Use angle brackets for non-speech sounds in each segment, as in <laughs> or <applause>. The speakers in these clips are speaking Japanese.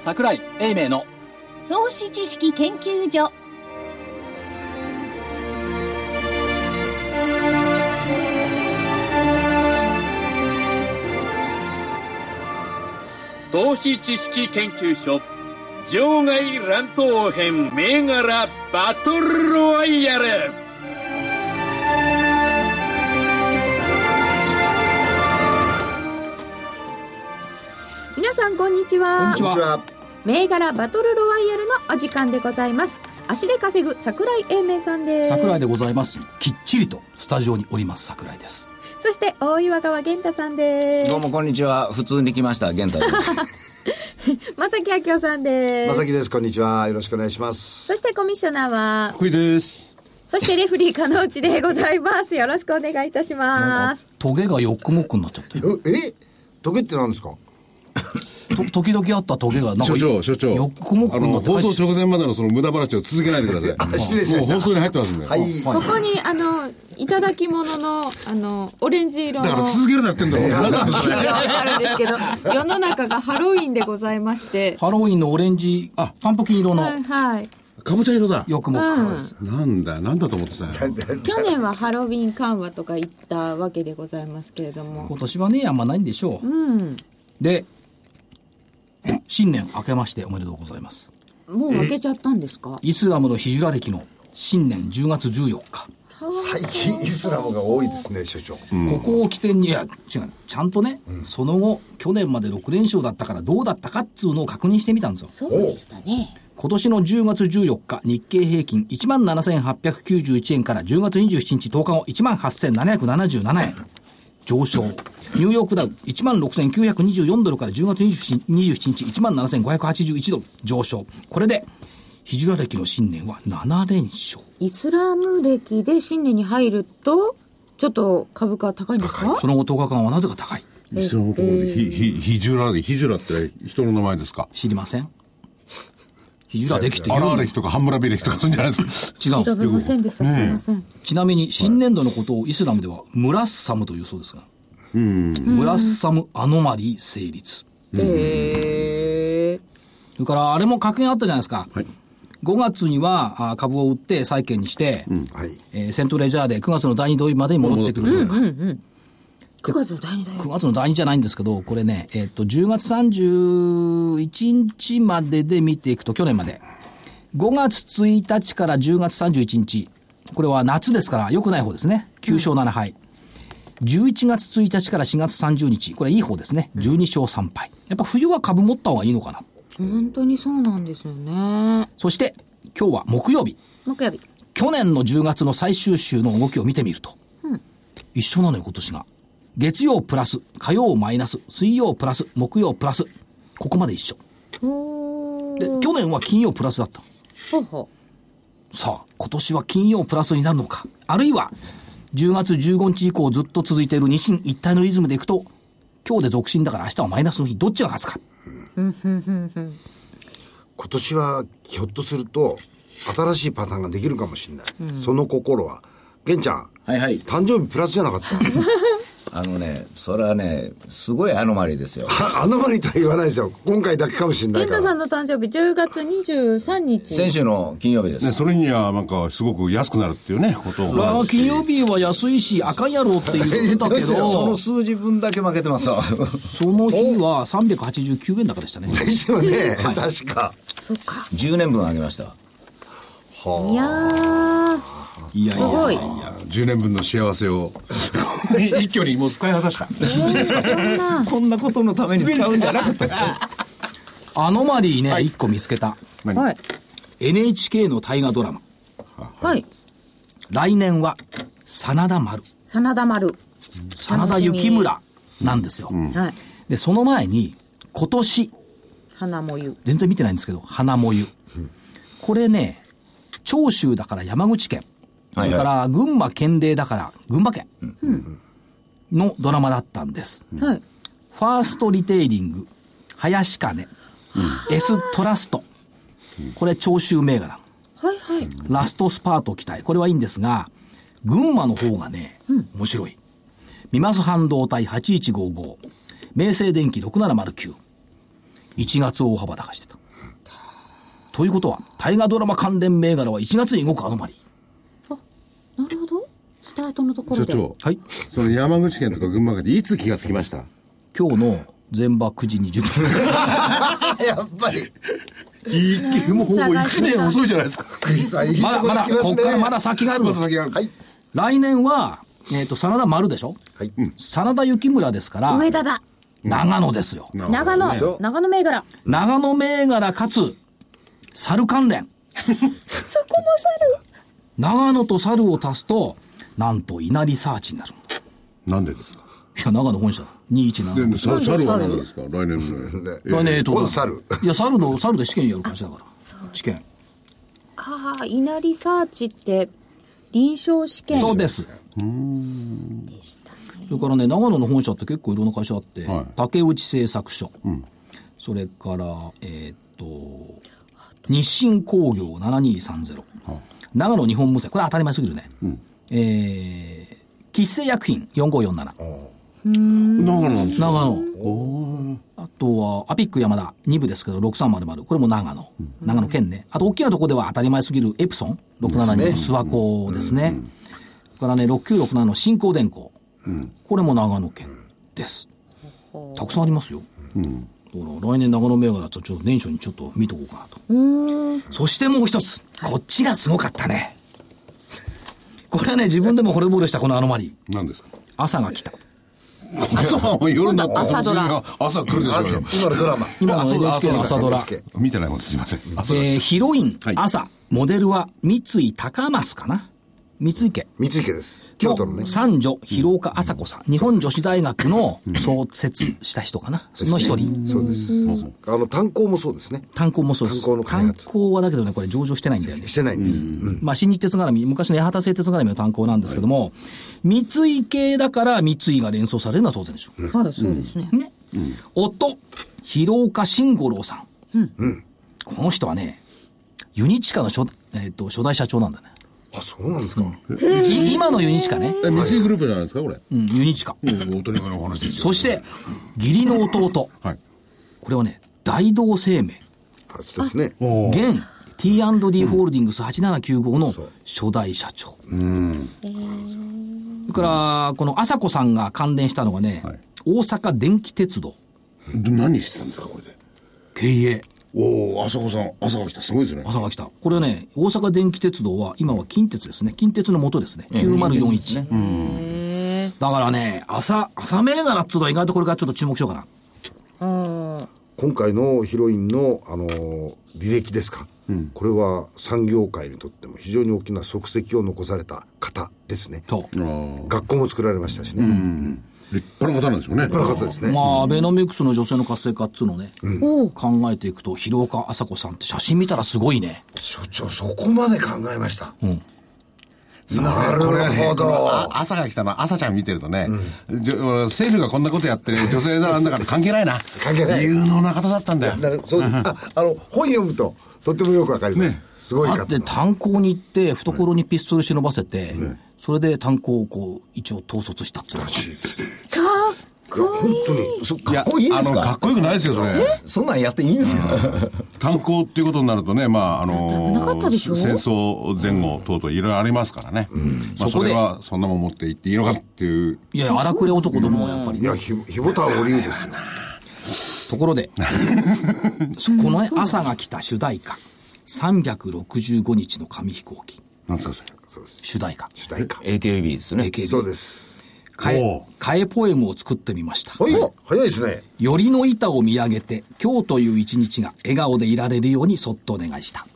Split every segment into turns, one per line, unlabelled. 桜井英明の
投資知識研究所
投資知識研究所場外乱闘編銘柄バトルロワイヤル
皆さんこんにちは
こんにち
こんにちは。
銘柄バトルロワイヤルのお時間でございます足で稼ぐ桜井英明さんです
桜井でございますきっちりとスタジオにおります桜井です
そして大岩川源太さんです
どうもこんにちは。普通に来ました。現代です。
正木明夫さんで
ますさきです。こんにちは。よろしくお願いします。
そしてコミッショナーは
福井です。
そしてレフリー加納内でございますよろしくお願いいたします
トゲがよっくもっくになっちゃってる
え、えトゲって何ですか
と時々あったトゲがなんか
所長、所長。
よっくもっ
あ
くにな
の、
って
放
入っ
送直前までのその無駄話を続けないでください。
失礼しました
もう放送に入ってますんで。
はい。
ここにあのいただき物のあのオレンジ色の
だから続けるなってんだろ。なんだそれ
あるんですけど世の中がハロウィンでござい
<laughs>
まして
ハロウィンのオレンジ
あ
パンプキン色の
はいはい
かぼちゃ色だ。
よっくもっくです
なんだ、なんだと思ってたよ。
去年はハロウィン緩和とか言ったわけでございますけれども
今年はねあんまないんでしょう、
うん
で新年明けましておめでとうございます
もう開けちゃったんですか
イスラムのヒジュラ歴の新年10月14日、
最近イスラムが多いですね、所長。
ここを起点にいや違うちゃんとね、その後去年まで6連勝だったからどうだったかっつうのを確認してみたんですよ
そうでしたね
今年の10月14日日経平均1万7891円から10月27日10日後1万8777円上昇ニューヨークダウ1万6924ドルから10月27日1万7581ドル上昇これでヒジュラ歴の新年は7連勝
イスラム歴で新年に入るとちょっと株価高いんですか
その後10日間はなぜか高い
いつのところで、ひ、ひ、ひじゅらで、ひじゅらって人の名前ですか
知りませんヒジュラ歴って言
あ
う
ら
の
あれ人か、ハンムラビレ人か、そういうんじゃないですか。
違う
調べませんでした、すいません
ちなみに新年度のことをイスラムではムラッサムというそうですが、ムラッサムアノマリー成立。
へえ
それからあれも格言あったじゃないですか。5月にはあ株を売って債券にして、
はい。
えーセントレジャーで9月の第2土曜日までに戻ってくるとか、
9月の第2第
9月の第2じゃないんですけど、これね、えっと、10月31日までで見ていくと、去年まで。5月1日から10月31日。これは夏ですから、良くない方ですね。9勝7敗。11月1日から4月30日。これいい方ですね。12勝3敗。やっぱ冬は株持った方がいいのかな。
本当にそうなんですよね
そして、今日は木曜日。
木曜日
去年の10月の最終週の動きを見てみると、一緒なのよ今年が月曜プラス火曜マイナス水曜プラス木曜プラスここまで一緒
お
で去年は金曜プラスだった
ほうほ
さあ今年は金曜プラスになるのかあるいは10月15日以降ずっと続いている日進一体のリズムでいくと今日で続進だから明日はマイナスの日どっちが勝つか
今年は、ひょっとすると、新しいパターンができるかもしれない。その心は。玄ちゃん、
はいはい。
誕生日プラスじゃなかった。
あのね、それはね、すごいアノマリーですよ。
あアノマリとは言わないですよ。今回だけかもしれない
健
か
太さ
ら
ん。の誕生日10月23日
先週の金曜日で
ね、
す。
それには、なんか、すごく安くなるっていうね、こと
うわ
を
あ。金曜日は安いしあかんやろって言ったけ
そ
ど
の数字分だけ負けてますわ。
その日は389円高でしたね
ですよね。確か。
そうか
10年分上げました。
いやー
いやい
すごい
いや10年分の幸せを一挙にもう使い果たした
こんなことのために使うんじゃなかった。
アノマリーね、一1個見つけた。
何
はい
NHK の大河ドラマ。
はい
来年は、真田丸、
真田丸、
真田幸村なんですよ。
はい
で、その前に、今年、
花もゆ
全然見てないんですけど、花もゆ。これね、長州だから山口県、そ
はいはい
れから群馬県令だから群馬県のドラマだったんです。
はい
ファーストリテイリング、林金、エストラスト。これ長州銘柄。
はいはい
ラストスパート期待。これはいいんですが、群馬の方がね、面白い。ミマス半導体8155、明星電機6709。1月大幅高してた。ということは、大河ドラマ関連銘柄は1月に動くアノマリー。
なるほど。スタートのところ
所
で。
長、
はい。
その山口県とか群馬県でいつ気がつきました
今日の前場9時20分。
やっぱり、
いいもう1年遅いじゃないですか。
福井さん、いいと
まだ
こ
まだ、
つきますね。
こっからまだ先があるん
ま
で
た
す。
先がある。
はい。
来年は、えっ、と、真田丸でしょ
はい。
真田幸村ですから、
上田だ。
長野ですよ。
なるほ
長
ど
野、
そう
長野銘柄。
長野銘柄かつ、猿関連。
そこも
長野と猿を足すと、なんと稲荷サーチになる。
なんでですか
いや、長野本社だ。217。
で、さ猿は何なんですか来年のね。
来年えっと
今度猿。
いや、猿の、猿で試験やる会社だから。試験。
猿。ああ、稲荷サーチって、臨床試験。
そうです。それからね、長野の本社って結構いろんな会社あって、
はい
竹内製作所、それから、えーっと、日清工業7230、長野日本無線、これは当たり前すぎるね。えー、喫製薬品4547、
長野なんですか
長野。あとは、アピック山田、2部ですけど、6300、これも長野。長野県ね。あと、大きなとこでは当たり前すぎるエプソン、672の諏訪湖ですね。それからね、6967の新光電工。これも長野県です。たくさんありますよ。だから来年長野銘柄とちょっと年初にちょっと見とこうかなと。そしてもう一つ、こっちがすごかったね。これはね、自分でも惚れ惚れしたこのアノマリー。
何ですか
朝が来た。
朝は夜になった
朝ドラ。
朝来るでし
あ
ょう
今
よ。
のドラマ。
今の
あそうだ
NHK の
朝
朝ド
ド
ラ。
見てないもんですいません。朝だ
えーヒロイン、
はい
朝、モデルは三井高増かな三井家。
三井家です。京都のね。
三女、広岡朝子さん。日本女子大学の創設した人かな、の一人。
そうです。あの、炭鉱もそうですね。
炭鉱もそうです。
炭鉱の開発
炭鉱はだけどね、これ上場してないんだよね
し。てないんです。うん
まあ、新日鉄絡み、昔の八幡製鉄絡みの炭鉱なんですけども、三井系だから三井が連想されるのは当然でしょう。
はい、そうですね。
ね。夫、広岡慎五郎さん。この人はね、ユニチカの初,、えっと初代社長なんだね。
あ、そうなんですか。
い今のユニチカね。
え三井グループじゃないですかこれ。
うん、ユニチカ。
大谷君のお話ですよ。
そして、義理の弟。
はい。
これはね、大同生命。
あそうですね。
おー
現 T&D ホールディングス8795の初代社長。それから、この朝子さんが関連したのがね、
はい
大阪電気鉄道
で何してたんですかこれで。
経営。
おお朝子さん朝が来たすごいですね。
朝が来た。これね、大阪電気鉄道は、今は近鉄ですね。近鉄の元ですね。9041。だからね、朝、朝銘柄っつうのは意外とこれからちょっと注目しようかな。
今回のヒロインの、あのー履歴ですか、これは産業界にとっても非常に大きな足跡を残された方ですね
と。
学校も作られましたしね、
立派な方なんでしょうね。
この方ですね、
まあ、アベノミクスの女性の活性化っつうのをね、考えていくと、広岡朝子さんって写真見たらすごいね。
所長そこまで考えました、なるほど、
あ朝が来たの、朝ちゃん見てるとね、じょ俺政府がこんなことやってる女性なんだから関係ないな。
関係ない
有能な方だったんだよ。
なるそうああの本読むととってもよくわかります、すごい
だ
方
って炭鉱に行って、懐にピストル忍ばせて、それで炭鉱をこう、一応統率したっつうらしい。
いや本当にそ
いや
かっこいいですかあの、かっこよくないですよ、それ。
そんなんやっていいんですか
炭鉱っていうことになるとね、まあ、あの
なかったでしょ
戦争前後等々いろいろありますからね。まあ、
そ
そ
こで
れは、そんなもん持っていっていいのかっていう。
いや、荒くれ男どもはやっぱり
い。やひひぼたは織りですよ
ところ
<laughs>
で、そこのね、朝が来た主題歌、365日の紙飛行機、
なんですか、それ。
そうです
主題歌、
主題歌
?AKB ですね。
AKB
そうです
替え
おう、
替えポエムを作ってみました。
はい、早いですね
よりの板を見上げて、今日という一日が笑顔でいられるようにそっとお願いした。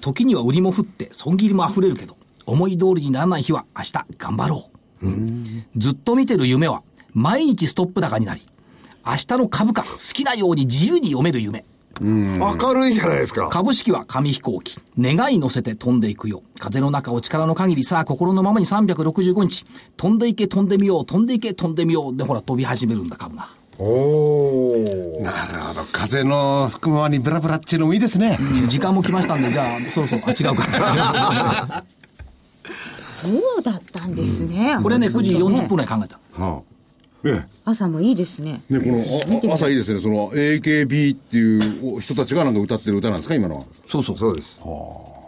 時には売りも降って、損切りも溢れるけど、思い通りにならない日は明日頑張ろう。ずっと見てる夢は、毎日ストップ高になり、明日の株価、好きなように自由に読める夢。
明るいじゃないですか
株式は紙飛行機。願い乗せて飛んでいくよ。風の中を力の限りさあ、心のままに365日。飛んでいけ、飛んでみよう、飛んでいけ、飛んでみよう。で、ほら、飛び始めるんだ、株が。
おお
なるほど。風の吹くままにブラブラっていうのもいいですね。
<laughs> 時間も来ましたんで、じゃあ、そろそろ、あ、違うか。 <laughs>
そうだったんですね。
これね、9時40分ぐ
ね。
らい考えた。
はあ
え
朝もいいですね。
え。ね、この、あ朝いいですね。その、AKB っていうお人たちがなんか歌ってる歌なんですか、今のは。
そうそう。
そうです。
も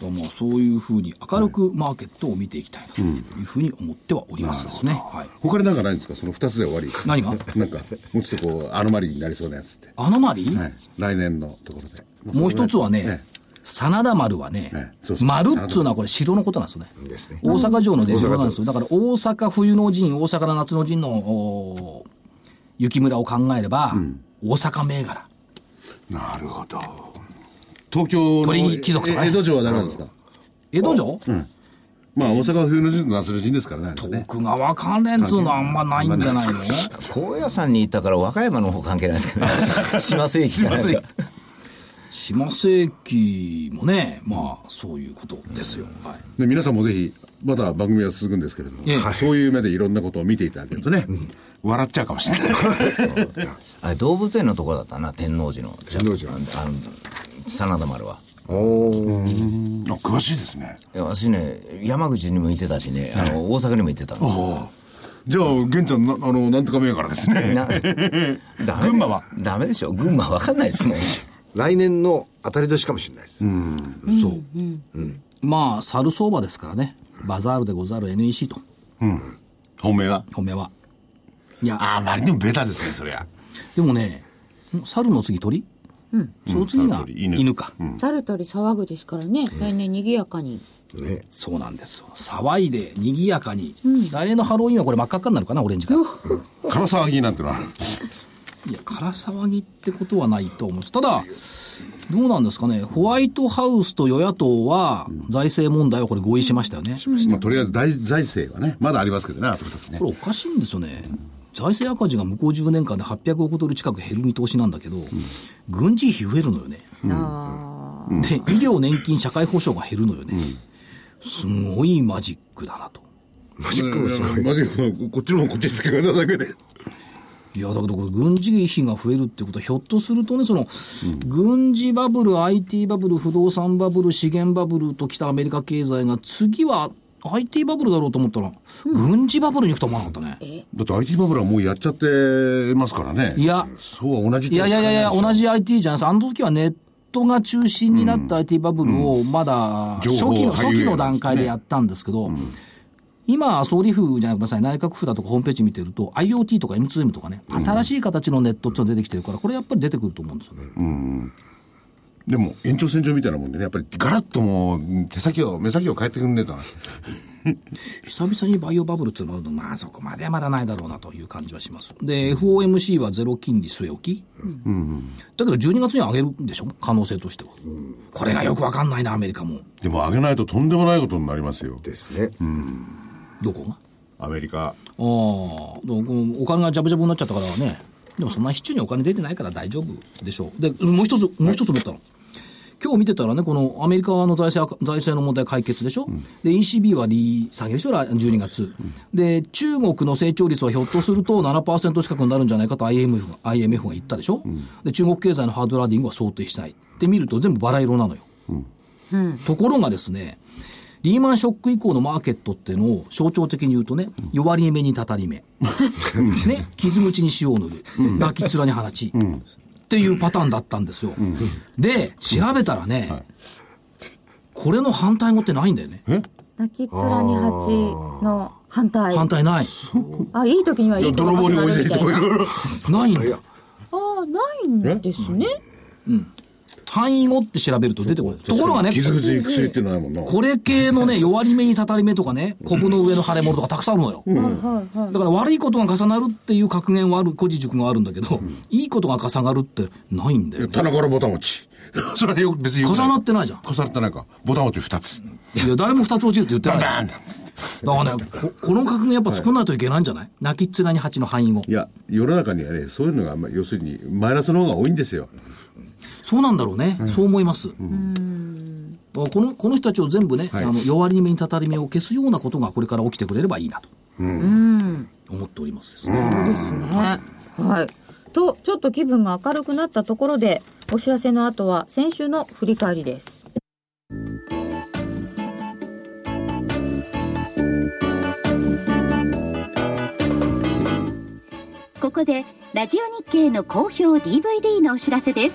うそういうふうに明るくマーケットを見ていきたいなというふうに思ってはおりますですね。はい。
他になんかないんですかその二つで終わり。
何が
<laughs> なんか、もうちょっとこう、アノマリーになりそうなやつって。
アノマリー、
はい。来年のところで。
もう一つはね、
え
真田丸はね、
ええそうそう
丸っつうのはこれ城のことなんですよね。
ですね。
大阪城の出城なんですよ。だから大阪冬の陣、大阪の夏の陣のおー雪村を考えれば、大阪銘柄。
なるほど。東京の
鳥に貴族とかね
え江戸城はダメなんですか
江戸城、
まあ、大阪は冬の陣と夏の陣ですからね。ね
徳川関連っつうのはあんまないんじゃないの
高野山に行ったから和歌山の方関係ないですけど、 <laughs> 島世紀かなんか。
島世紀もね、まあ、そういうことですよ。はい
で皆さんもぜひ、また番組は続くんですけれども、
ええ
はいそういう目でいろんなことを見ていただけるとね、
笑っちゃうかもしれない。
<laughs>
あれ動物園のところだったな天王寺の
天王寺
あのあの真田丸は
おお。
あ詳しいですね。
いや私ね山口にもいてたしねあの大阪にもいてたんですよ
じゃあ、玄ちゃん、なあの、なんとか銘柄ですね。
なダメ
群馬は
ですダメでしょ群馬わかんないですもん
来年の当たり年かもしれないです。
そう。まあ、猿相場ですからね。バザールでござる NEC と、
本命は
本命は。いや、
あまりにもベタですね、そりゃ。
でもね、猿の次鳥その次が
うん
犬
犬
か、
猿取り騒ぐですからね。来年賑やかに。
ね。
そうなんですよ。騒いで、賑やかに。来年のハロウィンはこれ真っ赤っかになるかな、オレンジから。
唐沢木なんてのは。
いや、空騒ぎってことはないと思うんです。ただ、どうなんですかね、ホワイトハウスと与野党は、財政問題はこれ合意しましたよね。
まあ、とりあえず大財政はね、まだありますけどね、あと2つね
こ。れおかしいんですよね。財政赤字が向こう10年間で800億ドル近く減る見通しなんだけど、軍事費増えるのよね。
あ
で、医療、年金、社会保障が減るのよね。すごいマジックだなと。
マジックもすごい。
まずこっちの方こっち付け方だけで。
いや、だけどこれ軍事費が増えるってことは、ひょっとするとね、その、軍事バブル、IT バブル、不動産バブル、資源バブルときたアメリカ経済が、次は IT バブルだろうと思ったら、軍事バブルに行くと思わなかったね。
だって IT バブルはもうやっちゃってますからね。
いや
そうは同じ
いやいやいやいや、同
じ。
じ IT じゃないです。あの時はネットが中心になった IT バブルをまだ初
情報
期の、
ハイウェイ
初期の段階でやったんですけど、今、総理府じゃなくてごめんなさい、内閣府だとかホームページ見てると、IoT とか M2M とかね、新しい形のネットっていうのが出てきてるから、これやっぱり出てくると思うんですよね。
でも、延長線上みたいなもんでね、やっぱり
ガラッともう、手先を、目先を変えてくんねえとな。
久々にバイオバブルっていうのは、まあそこまではまだないだろうなという感じはします。で、FOMC はゼロ金利据え置き。だけど12月には上げるんでしょ可能性としては。これがよくわかんないな、アメリカも。
でも上げないととんでもないことになりますよ。
ですね。
どこが
アメリカ。
ああ、でもこのお金がジャブジャブになっちゃったからね。でもそんな市中にお金出てないから大丈夫でしょう。で、もう一つ、もう一つ思ったの。今日見てたらね、このアメリカの財政赤財政の問題解決でしょ、で、ECB は利下げでしょ、来12月、で、中国の成長率はひょっとすると7%近くになるんじゃないかと IMF が IMF が言ったでしょ、で、中国経済のハードラーディングは想定しない。で、見ると全部バラ色なのよ。ところがですね、リーマンショック以降のマーケットってのを象徴的に言うとね、弱り目にたた <laughs> り目。ね、傷口に塩を塗る。泣き面に放ち。っていうパターンだったんですよ。で、調べたらね、これの反対語ってないんだよね。
あ。泣き面に蜂の反対。
反対ない。
あ、いい時にはいいことが始まるみたいな。
ないんだよ。
ああ、ないんですね。
単位語って調べると出てこない。ところがね、
傷口に薬っていうのはないもんな。
これ系のね、弱り目にたたり目とかね、コブの上の腫れ物とかたくさんあるのよ。
はいはい。
だから悪いことが重なるっていう格言はある、古事塾があるんだけど、いいことが重なるってないんだよね。
棚からボタン持ち。
それはよく、別によ
重
くない
なってないじゃん。
重なってなんか、ボタン落ち2つ。
いや、誰も二つ落ちるって言ってない。
バーン
だからね、ここの格言やっぱ作んないといけないんじゃない、泣きっ面に蜂の範囲語
い。や、世の中にはね、そういうのがあんまり、要するに、マイナスの方が多いんですよ。
そうなんだろうね。そう思います。だからこのこの人たちを全部ね、
はい
あの弱り目にたたり目を消すようなことがこれから起きてくれればいいなと、思っておりますですね、
そうですね。はい。と、ちょっと気分が明るくなったところで、お知らせの後は先週の振り返りです。
こでラジオ日経の好評 DVD のお知らせです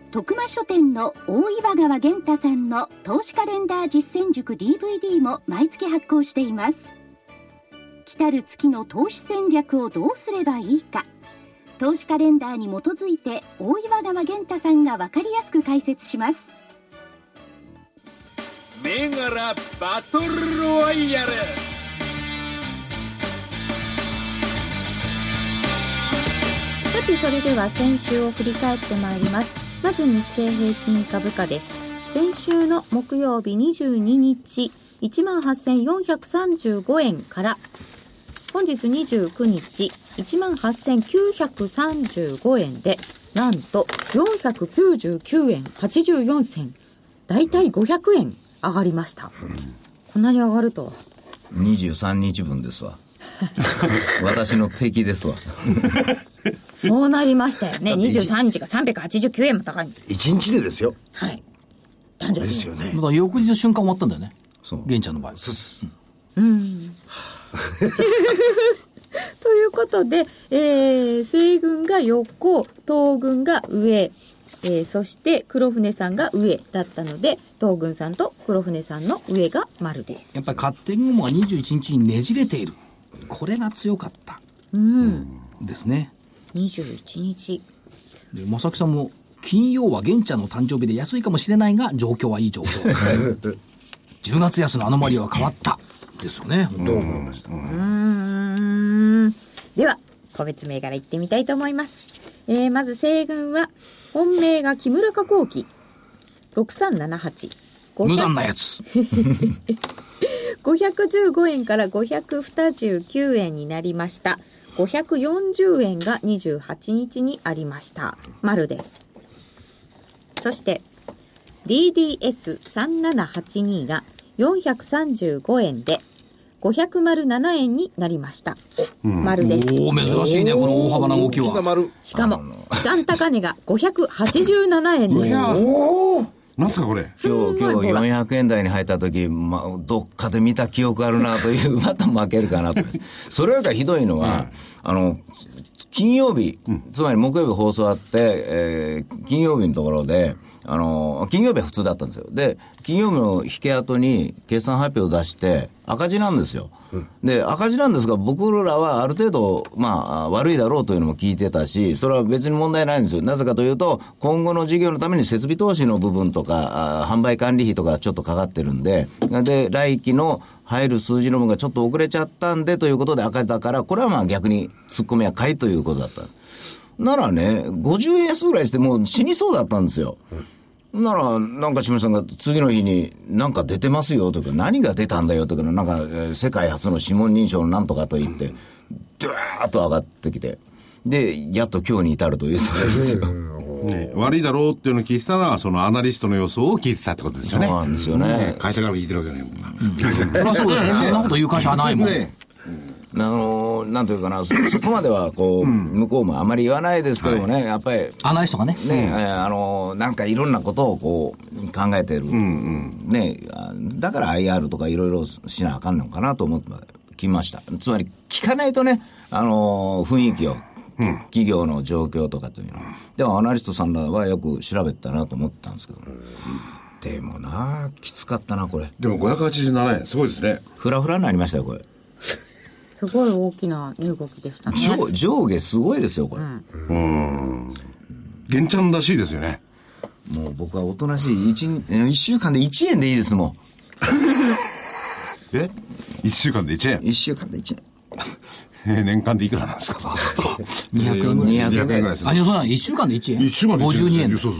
徳間書店の大岩川源太さんの投資カレンダー実践塾 DVD も毎月発行しています来たる月の投資戦略をどうすればいいか投資カレンダーに基づいて大岩川源太さんが分かりやすく解説します
銘柄バトルロワイヤル
さてそれでは先週を振り返ってまいりますまず日経平均株価です先週の木曜日22日18,435円から本日29日18,935円でなんと499円84銭大体500円上がりました、こんなに上がるとは
23日分です
<laughs>
わ私の敵ですわ
そうなりましたよね。23日が389円も高いんです。
一日でですよ。
はい。誕生
で
日
すよ
ね。
ね。
だから翌日瞬間終わったんだよね
そう
玄ちゃんの場合
<laughs> ということで、えー、西軍が横、東軍が上、えー、そして黒船さんが上だったので、東軍さんと黒船さんの上が丸です
やっ。ぱり勝手にもは21日にねじれているこれが強かった
うん。
ですね
21日。
で正木さんも金曜は玄ちゃんの誕生日で安いかもしれないが状況はいい状況10月安のアノマリアは変わったですよね本当に
うーんでは個別銘柄いってみたいと思います、えーまず西軍は本命が木村加工機6378
無残なやつ
515円から529円になりました540円が28日にありました丸ですそして DDS3782 が435円で507円になりました丸です
おお珍しいねこの大幅な動き
大きな
は
丸
しかも期間高値が587円です
なんすかこれ。
す
今
ん
日、
ごい
今
ほ
日
ら
400円台に入った時、まあ、どっかで見た記憶あるなという、 <laughs> また負けるかなと。それよりかひどいのは、あの、金曜日、つまり木曜日放送あって、えー金曜日のところで、あの、金曜日は普通だったんですよ。で、金曜日の引け後に決算発表を出して、赤字なんですよ。で、赤字なんですが、僕らはある程度、まあ、悪いだろうというのも聞いてたし、それは別に問題ないんですよ。なぜかというと、今後の事業のために設備投資の部分とか、あー販売管理費とかちょっとかかってるんで、で、来期の入る数字の分がちょっと遅れちゃったんでということで赤だから、これはまあ逆に突っ込みは買いということだった。ならね、50円安ぐらいしてもう死にそうだったんですよ。なら、なんか島さんが次の日に、なんか出てますよとか、何が出たんだよとか、なんか、えー世界初の指紋認証のなんとかと言って、ドゥワーッと上がってきて、で、やっと今日に至るというところですよ。
ね悪いだろうっていうのを聞いてたら、そのアナリストの予想を聞いてたってことですよね。
そうなんですよね
会社から聞いてるわけじゃないもんな。
そりゃそうですよそんなこと言う会社はないもん
ね
あのーなんというかな、そそこまではこう、向こうもあまり言わないですけどもね、やっぱり、
アナリストがね
ね、えーあのーなんかいろんなことをこう考えてる、ね、あだから IR とかいろいろしなあかんのかなと思ってきましたつまり聞かないとね、あのー雰囲気を、企業の状況とかというのでもアナリストさんらはよく調べたなと思ったんですけど、でもなきつかったなこれ
でも587円、すごいですね。
フラフラになりましたよこれ
すごい大きな値動きでしたね
上上下すごいですよこれ、
玄ちゃんらしいですよね。
もう僕はおとなしい一日えー一週間で1円でいいですも
え ?1 週間で1円
ん。1週間で1円
えー年間でいくらなんですか
200円ぐらい
200円ぐらいで
ですす。
あ、いや、そうなの ?1 週間で1円
一週間で一
52円。
そうそうそ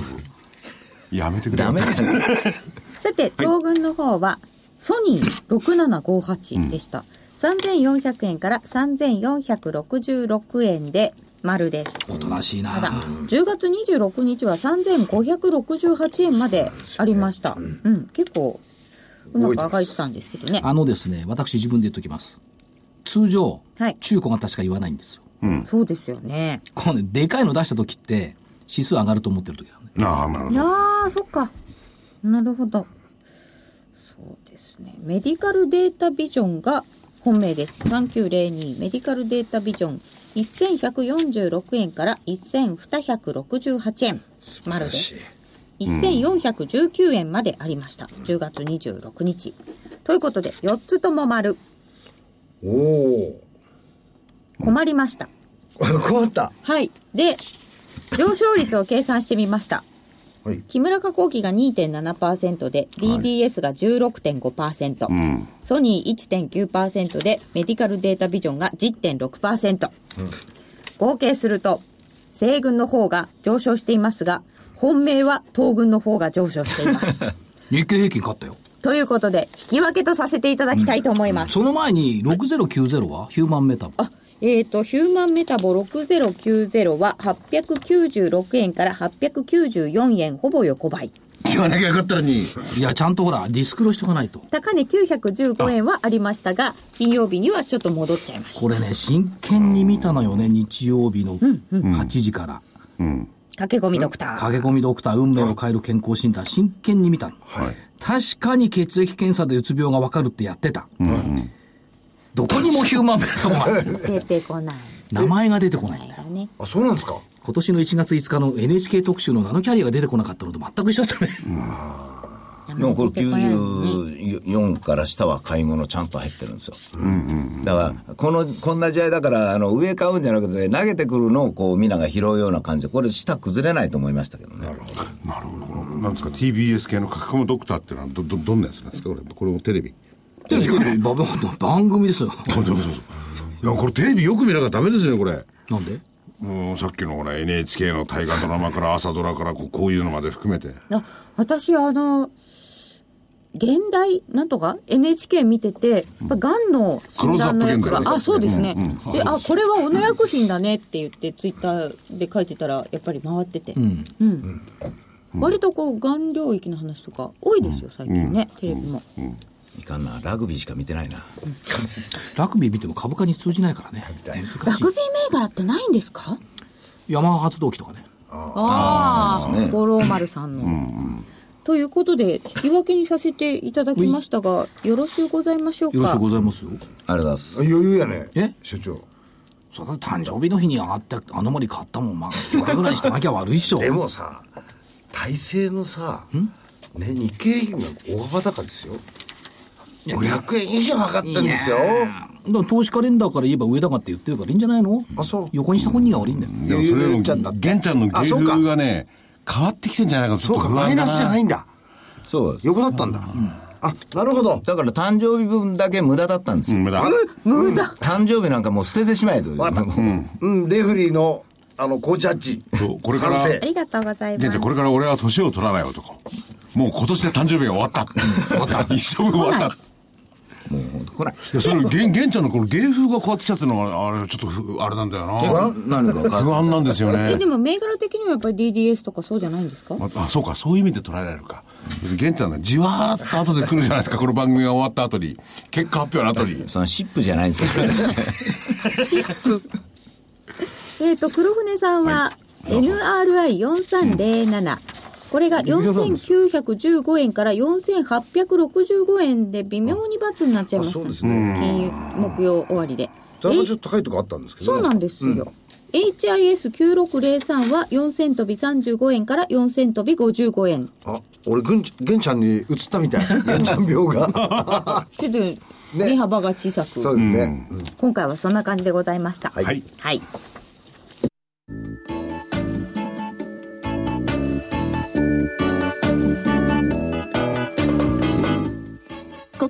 う。
やめてくれ
ダ
よ。
メだよ
さて、東軍の方は、ソニー6758でした。3400円から3466円で、丸です。
おとなしいな
ただ、10月26日は3568円までありました。うん、結構、うまく上がってたんですけどね。
あのですね、私自分で言っときます。通常、
はい
中古が確か言わないんですよ。
そうですよね。
このね、でかいの出した時って、指数上がると思ってる時なのね。
ああ、なるほど。
ああ、そっか。なるほど。そうですね。メディカルデータビジョンが本命です。3902メディカルデータビジョン1146円から1268円。丸です。1419円までありました。10月26日。ということで、4つとも丸。
おお
困りました。
ー困った
はい。で、上昇率を計算してみました。
はい
木村加工機が2.7%で、DDS が16.5%、ソニー1.9%で、メディカルデータビジョンが10.6%。合計すると、西軍の方が上昇していますが、本命は東軍の方が上昇しています。
日経平均勝ったよ。
ということで、引き分けとさせていただきたいと思います。
その前に、6090はヒューマンメタボ。
あえー、と、ヒューマンメタボ6090は896円から894円、ほぼ横ばい。
言わなきゃよかったのに。
いや、ちゃんとほら、ディスクロしとかないと。
高値915円はありましたが、金曜日にはちょっと戻っちゃいまし
こ
た。
れね、真剣に見たのよね、日曜日の8時から。
駆け込みドクター。
駆け込みドクター、運命を変える健康診断、真剣に見たの。確かに血液検査でうつ病がわかるってやってた。どこにもヒューマンメタボが。 <laughs>
出てこない。
名前が出てこないんだよ。
だね。
あそうなんですか
今年の1月5日の NHK 特集のナノキャリアが出てこなかったのと全く一緒だったね。
でもこれ
出てこないのね
94から下は買い物ちゃんと入ってるんですよ。だから、この、こんな試合だから、あの、上買うんじゃなくて、投げてくるのをこう、皆が拾うような感じで、これ下崩れないと思いましたけどね。
なるほど。この、なんですか、TBS 系の書き込むドクターっていうのは、ど、ど、どんなやつなんですかこれ、これもテレビ。
でばば番組ですよ。
そうそうそうそう。いや、これテレビよく見なきゃダメですね、これ。
なんで
もうさっきのほら NHK の大河ドラマから朝ドラからこうこういうのまで含めて。
あ私あの現代なんとか NHK 見ててやっぱがんの診断のやつ
クローズアップ現代
が
ね
あそうですね、であこれは小野薬品だねって言ってツイッターで書いてたらやっぱり回ってて、うん割とこうがん領域の話とか多いですよ最近ね、テレビも、
いかんな、ラグビーしか見てないな。
ラグビー見ても株価に通じないからね。難し
ラ
い
グ。ビー銘柄ってないんですか
ヤマハ発動機とかね。
ああ、
ですね
五郎丸さんの、ということで引き分けにさせていただきましたがよろしゅうございましょうか
よろしくございますよ。
あれだす。
余裕やね
え
所長
それ誕生日の日に上がって、あのまり買ったもん、まあ、引き分けぐらいしてなきゃ悪いっしょ。
でもさ体制のさね日経平均が大幅高ですよ500円以上上がってるんですよ
だから投資カレンダーから言えば上だかって言ってるからいいんじゃないの
あそう
横にした本人が悪いんだよ。
でもそれ
余裕
を、
で言っちゃった
玄ちゃんの芸
あそう
風
か
がね、変わってきてんじゃないかとち
そ
ょ
う
っ
か
と不
マイ
安だ
ナスじゃないんだ
そうです。
横だったんだあなるほど
だから誕生日分だけ無駄だったんです
う
よ。
んまだ。
無駄
誕生日なんかもう捨ててしまえという。
うんレフリーのあのコジャッジ
そうこれから
賛成
ありがとうございま
玄
す
ちゃん、これから俺は年を取らない男。もう今年で誕生日が終わった。終わった。一生分終わった。い
もうほんと来ない。
や、それ、玄玄ちゃんのこの芸風が変わってきたっていうのは、あれ、ちょっとふ、あれなんだよな。
何か買
不安なんですよね
え。でも銘柄的にはやっぱり DDS とかそうじゃないんですか、
まあ、そうか、そういう意味で捉えられるか。玄ちゃんね、じわーっと後で来るじゃないですか、この番組が終わった後に。結果発表の後に。
そのシップじゃないんですけど。
えっ、と黒船さんは NRI4307、これが4915円から4865円で微妙に罰になっちゃいました、
あそうです
金曜木曜終わりで
それ
え
も
い
ちょっと高いとこあったんですけど
そう
ね
なんですよ、HIS9603 は4000飛び35円から4000飛び55円
あ俺ぐんち玄ちゃんに移ったみたい <laughs> 玄ちゃん病が
ちょっと値幅が小さく、
そうですねうん
今回はそんな感じでございました
はいはい、
はい
こ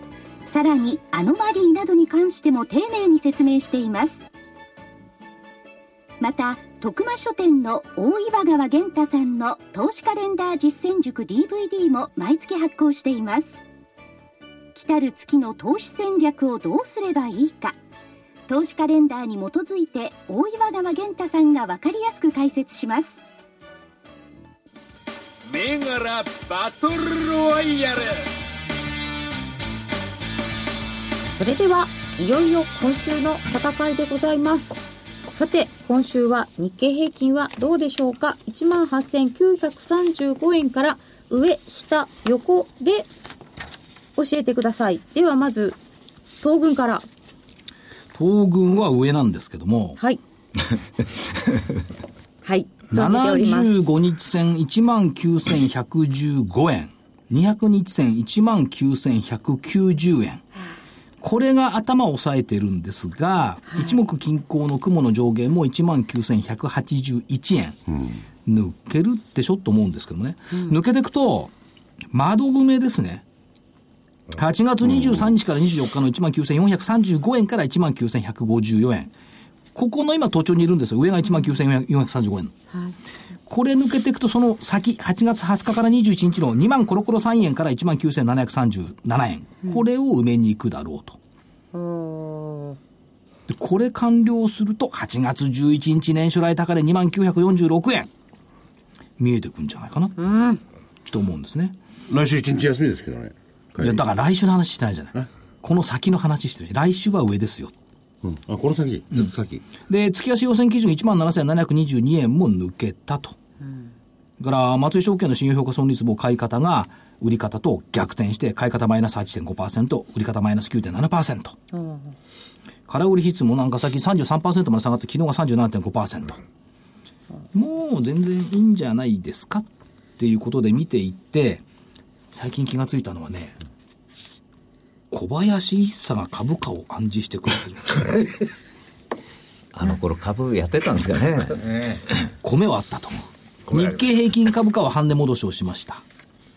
さらにアノマリーなどに関しても丁寧に説明していますまた徳間書店の大岩川源太さんの投資カレンダー実践塾 DVD も毎月発行しています来たる月の投資戦略をどうすればいいか投資カレンダーに基づいて大岩川源太さんが分かりやすく解説します
銘柄バトルロワイヤル
それではいよいよ今週の戦いでございますさて今週は日経平均はどうでしょうか18,935円から上下横で教えてくださいではまず東軍から
東軍は上なんですけども、
<laughs>
はいはい存じております
75日線19,115円、200日線19,190円。これが頭を押さえてるんですが、一目均衡の雲の上限も19,181円。抜けるってしょと思うんですけどもね。抜けていくと、窓埋めですね。8月23日から24日の19,435円から19,154円。ここの今途中にいるんですよ。上が19,435円。
はい
これ抜けていくと、その先、8月20日から21日の2万コロコロ3円から1万9737円、これを埋めに行くだろうと。
おー
でこれ完了すると、8月11日年初来高値2万946円、見えてくんじゃないかな、と思うんですね。
来週一日休みですけどね。
いや、だから来週の話してないじゃない。この先の話してる。来週は上ですよ。
うん。あ、この先、ずっと先。
で、月足要請基準1万7722円も抜けたと。だから、松井証券の信用評価損率も買い方が、売り方と逆転して、買い方マイナス8.5%、売り方マイナス9.7%。空売り比率もなんか先33%まで下がって、昨日が37.5%。もう全然いいんじゃないですかっていうことで見ていって、最近気がついたのはね、小林一茶が株価を暗示してくれてる。
<laughs> あの頃株やってたんですかね。
米はあったと思う。日経平均株価は半値戻しをしました。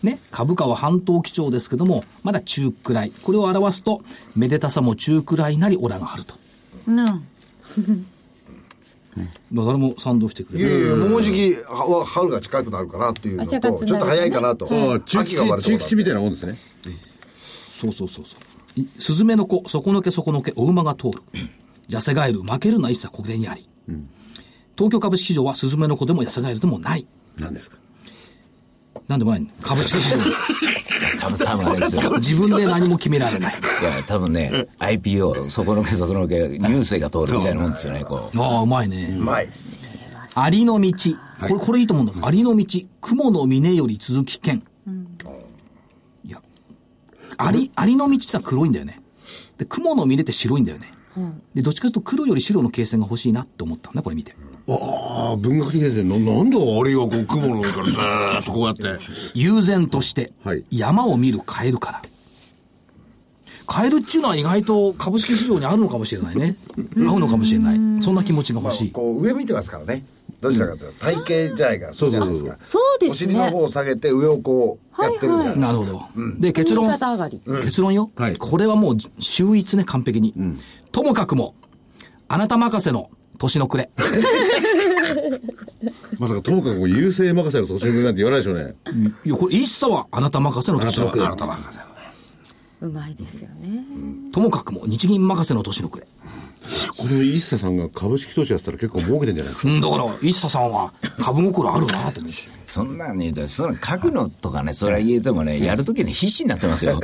ね、株価は半島基調ですけども、まだ中くらい。これを表すと、めでたさも中くらいなりオラが張ると。 <laughs>
うん
誰も賛同してく
いや
れる。
いや、もうじきは春が近くなるかなというの
あじゃあ
と、ちょっと早いかなと。
ああ、中
秋が終
吉、
わるとこ
中
ろ
吉みたいなもんですね。
そうそうそうそう。いスズメの子、底のけ底のけ、お馬が <laughs> 通る。痩せガエル、負けるな一切これにあり。東京株式市場はスズメの子でも痩せガエルでもない。
何ですか
なんでもない、株式市場。
多分、多分あれですよ。
<laughs> 自分で何も決められない。
いや、多分ね、IPO、そこのけそこのけ、ニュースが通るみたいなもんですよね、こう。
ああ、うまいね。
うまい。
ありの道。これ、これいいと思うんだけど、ありの道。雲の峰より続き剣。いや、あり、ありの道ってのは黒いんだよね。で、雲の峰って白いんだよね。で、どっちかというと黒より白の形成が欲しいなって思ったのね、これ見て。
ああ、文学的ですね。ななんであれがこう雲の上からずーっとこ <laughs> うやって。
悠然として
はい、
山を見るカエルから。カエルっていうのは意外と株式市場にあるのかもしれないね。合うのかもしれない。そんな気持ちが
まあ
欲しい。
こう上見てますからね。どちらかというと、体型じゃないから、そうじゃないですか。
そうで
お
す
尻の
ね
方を下げて上をこうやってるみたいな。
なるほど。で、結論。
右肩上がり
結論よ、
はい
これはもう秀逸ね、完璧に。ともかくも、あなた任せの年の
<laughs>
暮れ。
まさかともかく優勢任せの年上なんて言わないでしょうね。
いや、これ、一茶はあなた任せの
あな
年
た
の暮
は、あな
れ。
たは任せ
うまいですよね
ともかくも、日銀任せの年の暮れ。
この一茶さんが株式投資やってたら結構儲けてんじゃないですか。
うん、だから、一茶さんは株心あるな
<laughs>
と思って。
そんなに、そんな書くのとかね、それは言えてもね、やるときに必死になってますよ。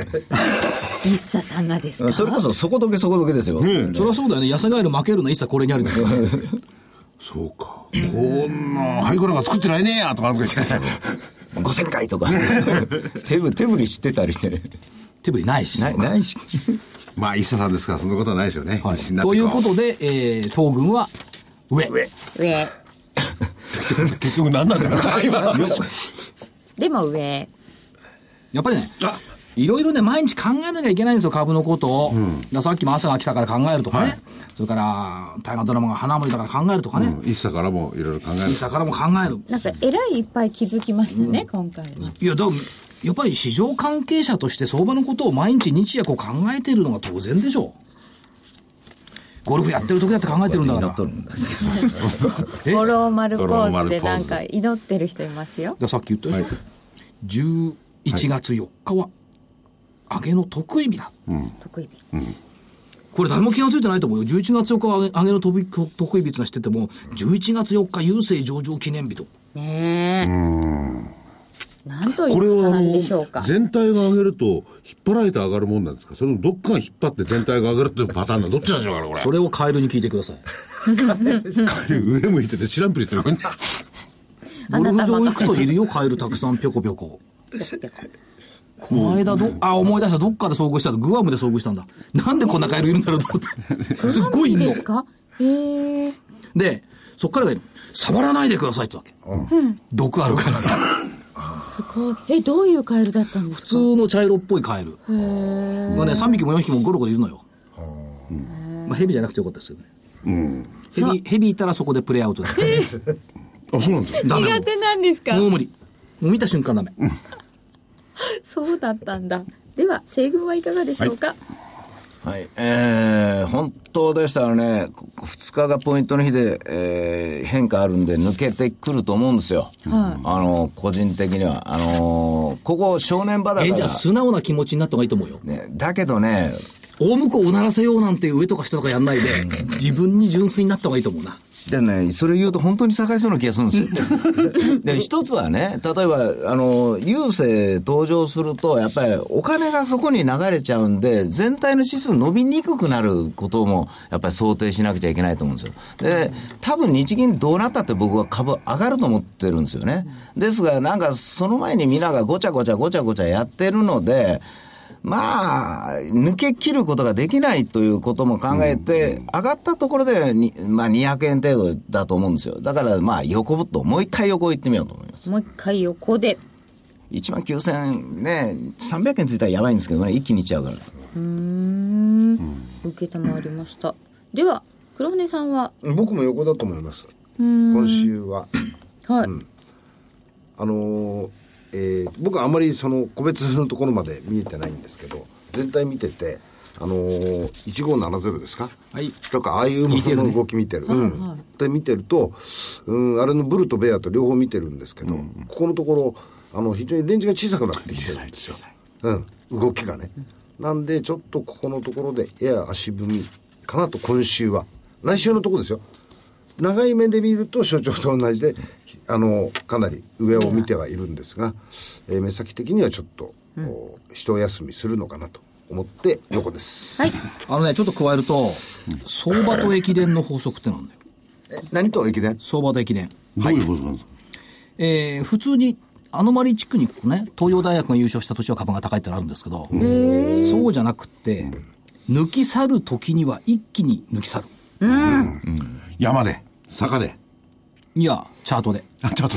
リッサさんがですか
それこそ、そこどけそこどけですよ。
そりゃそうだよね。痩せガエル負けるな、一茶これにある
<laughs>
んだよ。
そうか。こんな、ハイコラが作ってないねやとかなんか言って。
5000回とか。 <laughs> 手ぶ、手振り知ってたりしてね。
手振りないし。
ない、ないし。
<laughs> まあ、一茶さんですから、そんなことはないでしょうね。
はい
必死になっ
と
て
いううことで、えー、東軍は上。
上
<laughs> 結 <laughs>
<laughs>
局何なんだろうな、今。
でも上
やっぱりね、
あ
いろいろね、毎日考えなきゃいけないんですよ、株のことを。だからさっきも朝が来たから考えるとかね。それから、大河ドラマが花盛りだから考えるとかね。
一茶からもいろいろ考え
い
る
い魚も考える。
なんか、えらいいっぱい気づきましたね、今回は。
いや、だからやっぱり市場関係者として相場のことを毎日日夜こう考えてるのが当然でしょう。ゴルフやってる時だって考えてるんだから。だ
と
か
るんだ
フォローマルポ
フォローマ
ーズ
ルポー
で
ズ
なんか祈ってる人いますよ。
らさっき言ったでしょ。11月4日は、上げの得意日だ。
得意日。
これ誰も気が付いてないと思うよ。11月4日は上げ上げの得意得意日ってのは知ってても、11月4日郵政上場記念日と。
ねえ。なんとい
これ
う
は
か
あ
なんでしょう
の
か。
全体が上げると引っ張られて上がるもんなんですかそれともどっかが引っ張って全体が上がるっていうパターンなのどっちなんでしょうかねこれ
それをカエルに聞いてください。
上向いてて知らんぷりしてる <laughs>
あ
ゴル
な
フ
た
場
任
行く
せ
といるよ、カエルたくさんぴょこぴょこ。この間ど、あ、思い出した。どっかで遭遇したの。グアムで遭遇したんだ。なんでこんなカエルいるんだろうと思って。すっごいい
いい
る
で
の
す。かへえ。
で、そっからがいる。触らないでくださいってわけ。毒あるから。
すごい。え、どういうカエルだったんで
普
すか
通の茶色っぽいカエル。
へえ。
まあね、3匹も4匹もゴロゴロいるのよ。うんまあ、ヘビじゃなくてよかったですよね。ヘビ、ヘビいたらそこでプレイアウトだ。
あそうなんですか
ダメ
苦手なんですか
もう無理。もう見た瞬間ダメ。
そうだったんだ。では、西軍はいかがでしょうか
はい、えー、本当でしたらね、2日がポイントの日で、えー変化あるんで、抜けてくると思うんですよ、あの個人的には、あのここ、正念場だ
え
か
じゃあ
ら、
素直な気持ちになった方がいいと思うよ。
ね、だけどね、
大向こうをうならせようなんて上とか下とかやんないで、自分に純粋になった方がいいと思うな。
でね、それ言うと本当に下がりそうな気がするんですよ。 <laughs> で、一つはね、例えば、あの、郵政登場すると、やっぱりお金がそこに流れちゃうんで、全体の指数伸びにくくなることも、やっぱり想定しなくちゃいけないと思うんですよ。で、多分日銀どうなったって僕は株上がると思ってるんですよね。ですが、なんかその前にみんながごちゃごちゃごちゃごちゃやってるので、まあ、抜け切ることができないということも考えて、上がったところでに、まあ、200円程度だと思うんですよ。だから、まあ、横ぶっと、もう一回横行ってみようと思います。
もう一回横で。
1万9000ね、300円ついたらやばいんですけどね、一気にいっちゃうから。
受けたまわりました。では、黒船さんは、
僕も横だと思います今週は
はい。
あのーえー僕はあんまりその個別のところまで見えてないんですけど全体見ててあのー、1570ですか
はい
とかああいうも
てる
の
ね
の動き見てるうんで見てると、うん、あれのブルとベアと両方見てるんですけど、ここのところあの非常にレンジが小さくなってきてるんですよ、うん、動きがねなんでちょっとここのところでやや足踏みかなと今週は来週のところですよ長い目で見ると所長と同じであのかなり上を見てはいるんですが、えー目先的にはちょっと、こう一休みするのかなと思って横です、
はい。
あのね、ちょっと加えると、相場と駅伝の法則ってなんだよ。
え何と駅伝
相場と駅伝。
どういうことなんですか
えー普通に、アノマリ地区に行くとね、東洋大学が優勝した年は株が高いってのあるんですけど、そうじゃなくって、抜き去る時には一気に抜き去る。
山で坂で
いや、チャートで。
あちょっと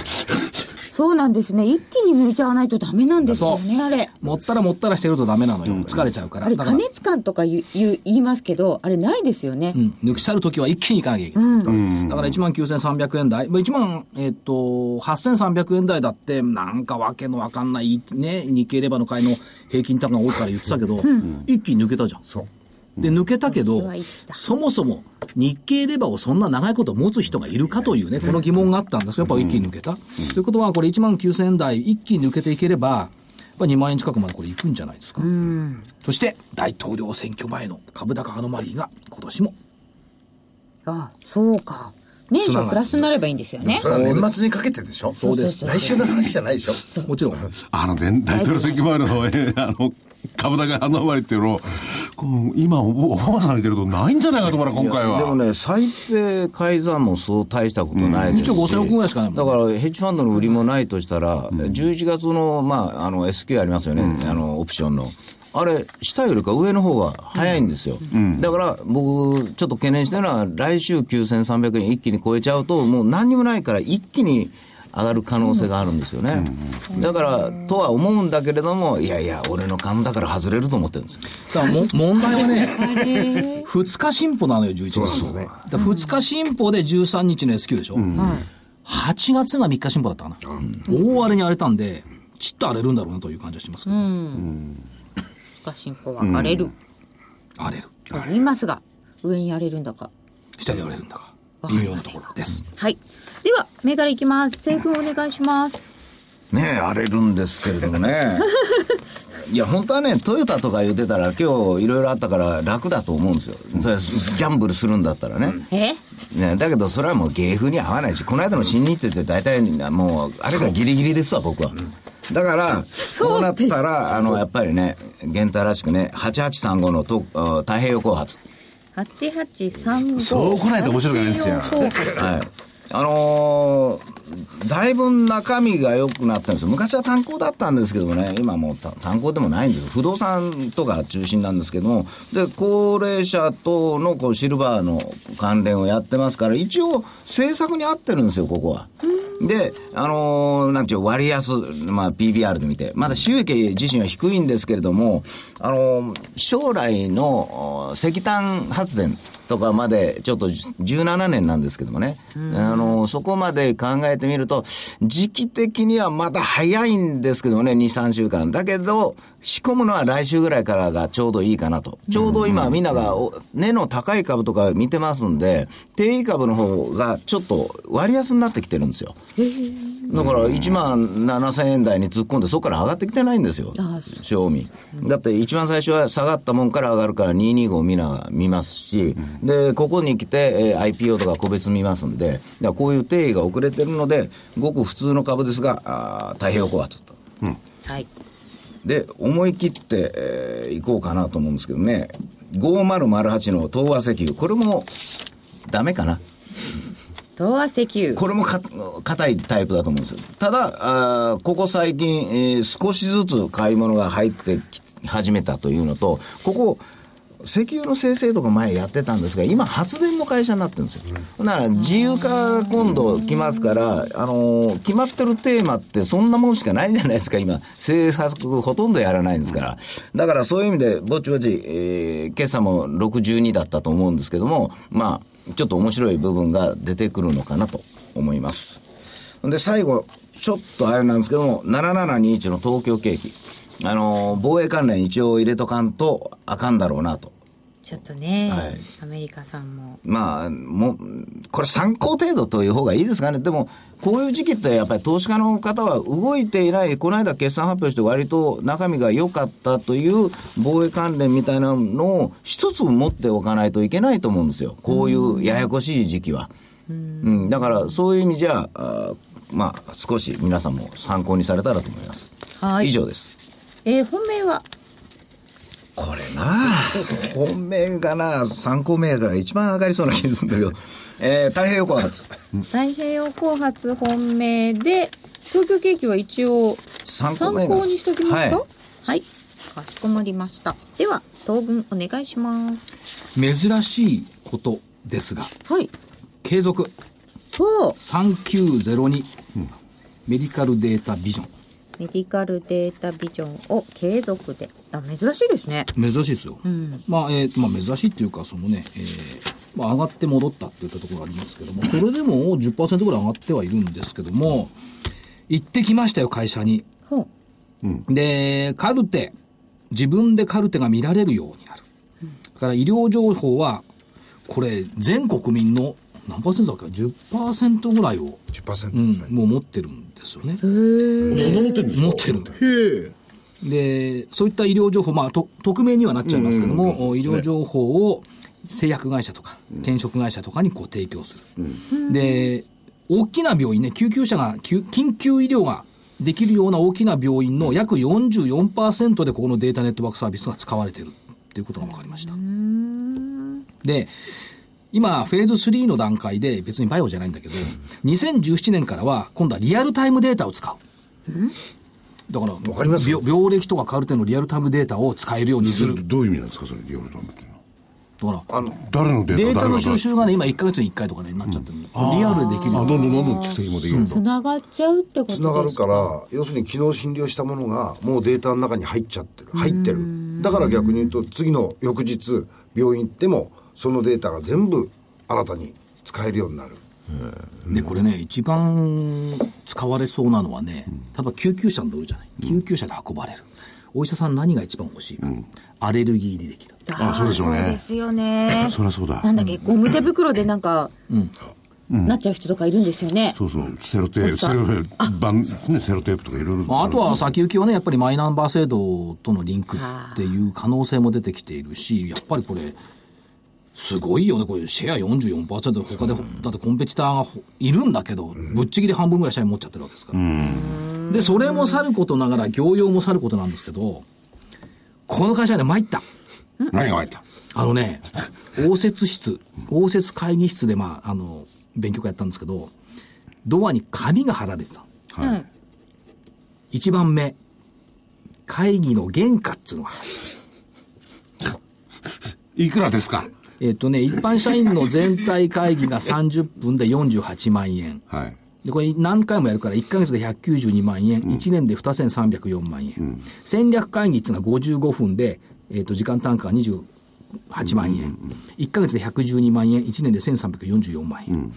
そうなんですね。一気に抜いちゃわないとダメなんですよね、あれ。
持ったら持ったらしてるとダメなのよ。疲れちゃうから。
あれ、
だ
加
から、
熱感とか言う言う言いますけど、あれないですよね。
うん、抜き去る時は一気に行かなきゃいけない。だから1万9300円台、まあ、1万、えっと8300円台だって、なんかわけのわかんない、ね、日経レバーの会の平均単価が多いから言ってたけど、一気に抜けたじゃん。で、抜けたけ
うん
ど
抜けた、
そもそも日経レバーをそんな長いこと持つ人がいるかというね、この疑問があったんですよ。やっぱ一気に抜けた。ということは、これ1万9000円台、一気に抜けていければ、やっぱ2万円近くまでこれ行くんじゃないですか。そして、大統領選挙前の株高アノマリーが今年も
あそうか。年初プラスになればいいんですよね。
それは年末にかけてでしょ
そうです
来週の話じゃないでしょ
もちろん。
あので大統領選挙前の、えーあの株高あのあまりっていうのをこう今オバオバマさん見てるとないんじゃないかと思うな今回
いやでも
は、
ね、最低改ざんもそう大したことないですし、
うん一応5000億ぐらいしかないも
だから、ヘッジファンドの売りもないとしたら、11月の,、まあ、あの S q ありますよね、あのオプションの。あれ、下よりか上の方が早いんですよ。だから、僕、ちょっと懸念してるのは、来週9300円一気に超えちゃうと、もう何にもないから、一気に、上がる可能性があるんですよね。だから、とは思うんだけれども、いやいや、俺の勘だから外れると思ってるんですよ。
だからも
<laughs>
問題は <laughs> ね、2日進歩なのよ、11月。
そうですね
だ2日進歩で13日の S q でしょ。8月が3日進歩だったかな。大荒れに荒れたんで、ちっと荒れるんだろうなという感じはしてますけど、
不可進歩は荒れる。
荒れる。
と言いますが、上に荒れるんだか。
下に荒れるんだか。微妙なところです。
はい。では、銘柄いきます。西軍お願いします。
ねえ、荒れるんですけれども <laughs> ね。いや、本当はね、トヨタとか言ってたら、今日いろいろあったから楽だと思うんですよ。それギャンブルするんだったらね。
え
ね、だけどそれはもう芸風に合わないしこの間の新日程って大体もうあれがギリギリですわ僕はだからそうなったらあのやっぱりね源太らしくね8835のとあ太平洋後発
八八三五。
そう来ないと面白くないんですよ
はいあのーだいぶ中身が良くなったんですよ昔は炭鉱だったんですけどもね今もうた炭鉱でもないんですよ不動産とか中心なんですけどもで高齢者等のこうシルバーの関連をやってますから一応政策に合ってるんですよここはであのーなんていう割安、まあ、PBR で見てまだ収益自身は低いんですけれどもあのー将来のお石炭発電とかまでちょっと17年なんですけどもね、あのそこまで考えてみると、時期的にはまだ早いんですけどね、2、3週間。だけど、仕込むのは来週ぐらいからがちょうどいいかなと。ちょうど今、みんながお根の高い株とか見てますんで、定位株の方がちょっと割安になってきてるんですよ。だから1万7000円台に突っ込んで、そこから上がってきてないんですよ、賞味。だって一番最初は下がったもんから上がるから225見な見ますし、で、ここに来て、えー IPO とか個別見ますんで、だからこういう定位が遅れてるので、ごく普通の株ですが、あー太平洋高圧と。
はい。
で、思い切って、えー行こうかなと思うんですけどね、5008の東和石油、これもダメかな。
東亜石油。
これもか硬いタイプだと思うんですよ。ただ、あーここ最近、えー少しずつ買い物が入ってき始めたというのと、ここ、石油の生成とか前やってたんですが、今、発電の会社になってるんですよ。だから、自由化が今度来ますから、あのー決まってるテーマってそんなもんしかないじゃないですか、今。政策ほとんどやらないんですから。だから、そういう意味で、ぼちぼち、えー今朝も62だったと思うんですけども、まあ、ちょっと面白い部分が出てくるのかなと思います。で、最後、ちょっとあれなんですけども、7721の東京景気。あのー、防衛関連一応入れとかんとあかんだろうなと。
ちょっとね、
はい
アメリカさんも。
まあ、もう、これ参考程度という方がいいですかね。でも、こういう時期ってやっぱり投資家の方は動いていない、この間決算発表して割と中身が良かったという防衛関連みたいなのを一つ持っておかないといけないと思うんですよ。こういうややこしい時期は。うん、だからそういう意味じゃ、あーまあ、少し皆さんも参考にされたらと思います。
はい
以上です。
えー、本命は、
これなあ本命がな参考銘柄が一番上がりそうな気がするんだけど、えー、太平洋高発
太平洋後発本命で、東京景気は一応、
参考
参
銘柄
考にしときますか
は
はいい、かしこまりました。では、東軍お願いします。
珍しいことですが、
はい。
継続
と、
3902、メディカルデータビジョン。
メディカルデータビジョンを継続で。あ、珍しいですね。
珍しいですよ、まあえーまあ、珍しいっていうかそのね、えーまあ、上がって戻ったっていったところがありますけどもそれでも10%ぐらい上がってはいるんですけども行ってきましたよ会社に
ほう。
でカルテ自分でカルテが見られるようになるだから医療情報はこれ全国民の何パーセントだっけ10%ぐらいを、う
10%
ん
ですね、
もう持ってるんですよね
そんな持ってるんですか
持ってるんだ
へえ。
で、そういった医療情報、まあ、と匿名にはなっちゃいますけども、医療情報を製薬会社とか、転職会社とかにこう提供する。で、大きな病院ね、救急車が、救緊急医療ができるような大きな病院の約44%でここのデータネットワークサービスが使われてるっていうことが分かりました。で、今、フェーズ3の段階で、別にバイオじゃないんだけど、2017年からは、今度はリアルタイムデータを使う。だから、
かります
病病歴とかカルテのリアルタイムデータを使えるようにする。
どういう意味なんですか、それ、リアルタイムっていうのは。
ほら、
あの、
誰のデータ
データ
誰が
の
どう
収集がね、今1ヶ月に1回とかね、なっちゃってる、リアルでできる
あ、どんどんどんどん蓄積もできると。
つながっちゃうってことです
つながるから、要するに昨日診療したものが、もうデータの中に入っちゃってる、入ってる。だから逆に言うと、次の翌日、病院行っても、そのデータが全部新たに使えるようになる。
で、これね、一番使われそうなのはね、例えば救急車に乗るじゃない。救急車で運ばれる。お医者さん何が一番欲しいか。アレルギー履歴だ。
あ
あそうでしょうね
そうですよね
そりゃそうだ
な。んだっけゴム手袋でなんか、なっちゃう人とかいるんですよね
そうそう、セロテープ、セロテープ、バン、ね、セロテープとかいろいろ。
まあ、あとは先行きはね、やっぱりマイナンバー制度とのリンクっていう可能性も出てきているし、やっぱりこれ、すごいよね、これ、シェア44%で、他で、だってコンペティターがほいるんだけど、ぶっちぎり半分ぐらいシェア持っちゃってるわけですから。で、それもさることながら、業用もさることなんですけど、この会社はね、参った。
何が入った
あの <laughs> ね、応接室、応接会議室で、まあ、あの、勉強会やったんですけど、ドアに紙が貼られてた。
はい
一番目、会議の原価っつうのが。
いくらですか
えっ、とね、一般社員の全体会議が30分で48万円。
はい。
で、これ何回もやるから、1ヶ月で192万円、1年で2304万円。戦略会議っていうのは55分で、えっ、と、時間単価が28万円。1ヶ月で112万円、1年で1344万円。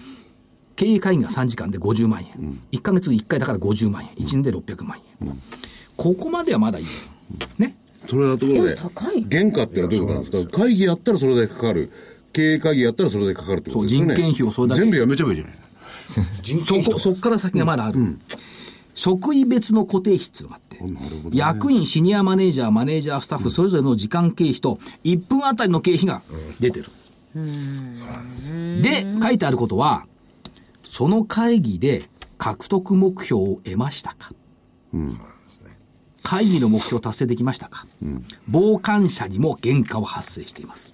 経営会議が3時間で50万円。1ヶ月1回だから50万円。1年で600万円。ここまではまだいいよ。ね。
それはところで、
でも高い
原価ってのはどういうことなんですか会議やったらそれだけかかる。経営会議やったらそれだけかかるってことですよね。
そう人件費をそれだけ
全部やめちゃえばいいじゃない。
人
そ
件費
こ、そこから先がまだある。職位別の固定費っていうのがあって、役員、シニアマネージャー、マネージャー、スタッフ、それぞれの時間経費と、1分あたりの経費が出てる。で、書いてあることは、その会議で獲得目標を得ましたか、会議の目標を達成できましたか、傍観者にも原価を発生しています。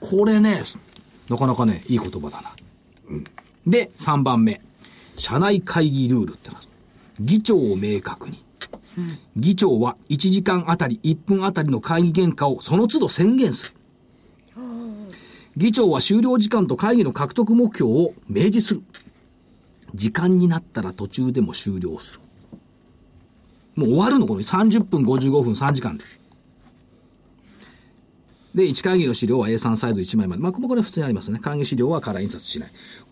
これね、なかなかね、いい言葉だな。で、3番目。社内会議ルールってのは、議長を明確に。議長は1時間あたり1分あたりの会議原価をその都度宣言する。議長は終了時間と会議の獲得目標を明示する。時間になったら途中でも終了する。もう終わるの、この30分、55分、3時間で。で、1会議の資料は A3 サイズ1枚まで。まあ、これは普通にありますね。会議資料はカラー印刷しない。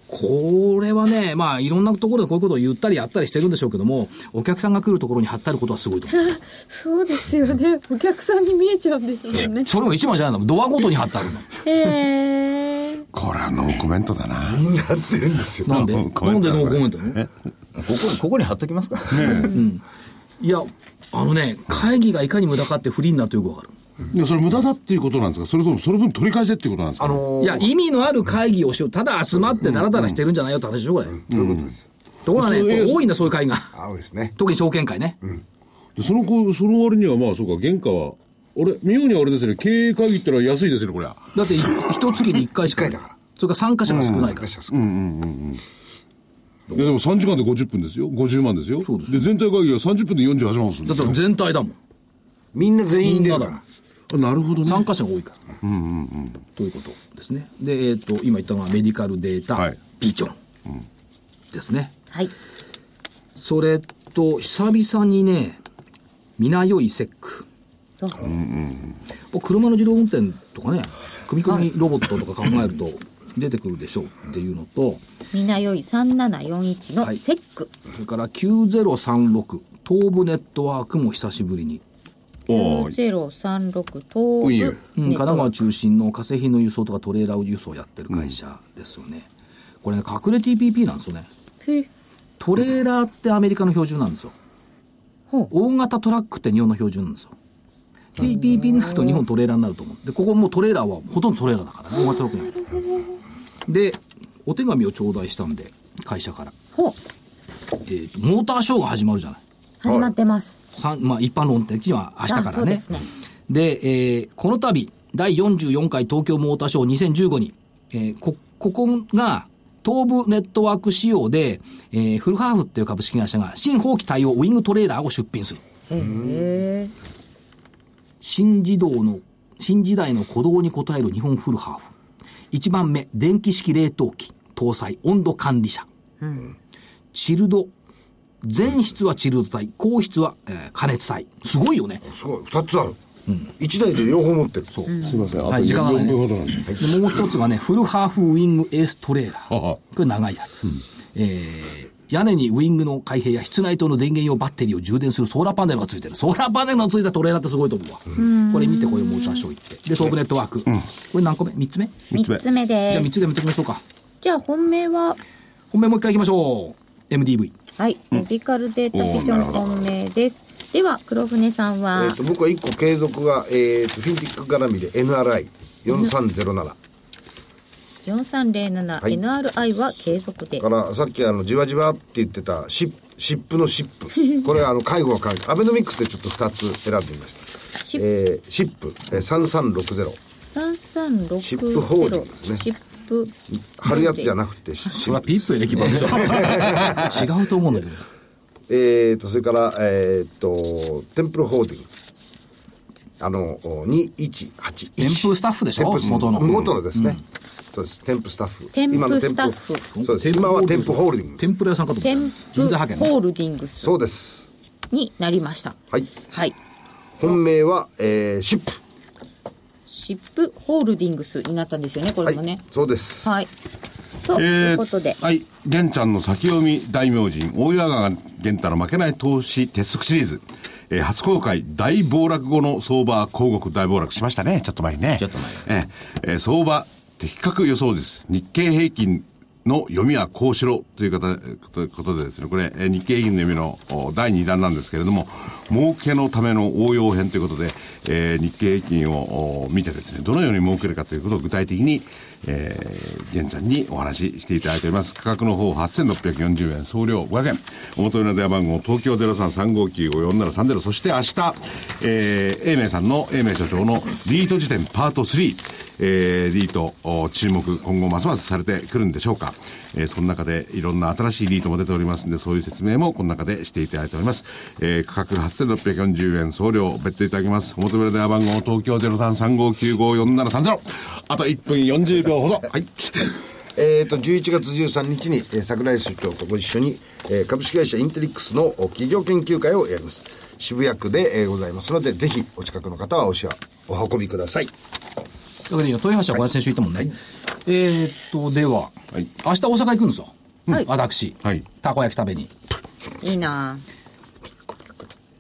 これはね、まあ、いろんなところでこういうことを言ったりやったりしてるんでしょうけども、お客さんが来るところに貼ってあることはすごいと思う。
そうですよねお客さんに見えちゃうんですもんね
それも一枚じゃないの。ドアごとに貼ってあるの。
へえ
これはノーコメントだな。
になってるんですよ。
なんで
コメ
な
ン
んで
ト
ノーコメントなの
ここここに貼っとき
<laughs>
ますか、
いや、あのね、会議がいかに無駄かって不利になるとよくわかる。
いや、それ無駄だっていうことなんですかそれともその分取り返せっていうことなんですか
あのー
いや、意味のある会議をしよう。ただ集まってダラダラしてるんじゃないよって話でしょ、これ。
そういうことです。
ところがね、
そういう
多いんだ、そういう会議が。
あ、そうですね。
特に証券会ね。
でその子、その割にはまあ、そうか、原価は、あれ、妙にあれですね、経営会議ってのは安いですね、これは。
だって、い一月に一回しか。
一回だから
それから参加者が少ないから。
私はそううん
いや、でも3時間で50分ですよ。50万ですよ。
そうです
で、全体会議は30分で48万するん
だ
で
っ
すよ
て全体だもん。
みんな全員出るから。
あなるほどね。
参加者が多いから。ということですね。で、えっ、と、今言ったのはメディカルデータ、
はい
ビジョンですね。
はい
それと、久々にね、皆良いセック。
あ
もう車の自動運転とかね、組み込みロボットとか考えると出てくるでしょうっていうのと、
みなよい3741のセック、
それから9036、東部ネットワークも久しぶりに
おー運輸
うん、
9036東部
神奈川中心の化成品の輸送とかトレーラー輸送をやってる会社ですよね、これね隠れ TPP なんですよね
へえ
トレーラーってアメリカの標準なんですよ
ほう
大型トラックって日本の標準なんですよ TPP になると日本トレーラーになると思うでここもうトレーラーはほとんどトレーラーだからね大型トラックになるでお手紙を頂戴したんで会社から、
ほう
えーとモーターショーが始まるじゃない
始まってます
さんまあ、一般論的には明日か
あ
ら
そうで
ね
すね。
で、えーこの度、第44回東京モーターショー2015に、えーこ、ここが、東部ネットワーク仕様で、えーフルハーフっていう株式会社が、新放棄対応ウィングトレーラーを出品する。
へえ
新自動の新時代の鼓動に応える日本フルハーフ。1番目、電気式冷凍機、搭載温度管理車。チルド、全室はチルド体、硬室は、えー加熱体。すごいよね。
すごい2つある、一1台で両方持ってるそう、
すいません。あと
はい時間がないね
4分ほどなんで。
でもう一つがね、フルハーフウィングエーストレーラー。
は
これ長いやつ。えー屋根にウィングの開閉や室内灯の電源用バッテリーを充電するソーラーパネルがついてる。ソーラーパネルのついたトレーラーってすごいと思うわ。これ見てこういうモーターショー行って。で、トークネットワーク。これ何個目 ?3 つ目じ
三つ目
3つ目
ゃ
で
あ3
す
つで見ておきましょうか。
じゃあ本命は
本命もう一回行きましょう。MDV。
はい、メディカルデータビジョン本命ですでは黒船さんは、
えー、と僕は1個継続が、えー、とフィンティック絡みで NRI4307 はい
4307NRI は継続で、
だからさっきあのじわじわって言ってたシップシップのシ
<laughs>
ップこれあの介護は介護アベノミクスでちょっと2つ選んでみました
シップ
えーシップ、えー、3360
3360
シップホールディングスね
シップ
貼るやつじゃなくてシ
それはピップエレキバンド違うと思うんだけど。
えー、とそれから、えー、とテンプルホールディングあのお2181
テンプスタッフでしょ
テンプス
元の
元のですね、そうですテンプスタッフ
テンプ
今のテン
スタッフ
そうです今はテンプホールディングス
テンプレ屋さんかと
テ
思っ
ン
た。
プ
人材
ホ
派遣ね
ー。ルディングス
そうです
になりました
はい
はい
本命は、えー、シップ
シップホールディングスになったんですよねこ
は
れ
い、
もね
そうです、
はい、ということで、
はい。玄ちゃんの先読み大名人、大岩川玄太の負けない投資鉄則シリーズ。えー初公開大暴落後の相場、広告大暴落しましたね。ちょっと前にね。ちょっと前。えーえー相場、的確予想です。日経平均の読みはこうしろという方ことことでですね、これ、えー日経平均の読みのお第2弾なんですけれども、儲けのための応用編ということで、えー日経平均をお見てですね、どのように儲けるかということを具体的に、えー、玄ちゃんにお話ししていただいております。価格の方8640円、送料500円。お求めの電話番号、東京0335954730、そして明日、えー、英明さんの、英明所長のリート辞典パート3、えー、リート、お注目、今後ますますされてくるんでしょうか。えー、その中でいろんな新しいリートも出ておりますんで、そういう説明もこの中でしていただいております。えー、価格8640円、送料別途いただきます。お求めの電話番号、東京0335954730。あと1分40秒ほど。はい。
えー、と11月13日に、えー桜井所長とご一緒に、えー株式会社インテリックスのお企業研究会をやります渋谷区で、えーございますのでぜひお近くの方はおしわお運びください
だからね、豊橋はこれ先週行ったもんね。えー、っと、では、
はい
明日大阪行くんですよ。
はい
私、
はい
たこ焼き食べに。
いいなあ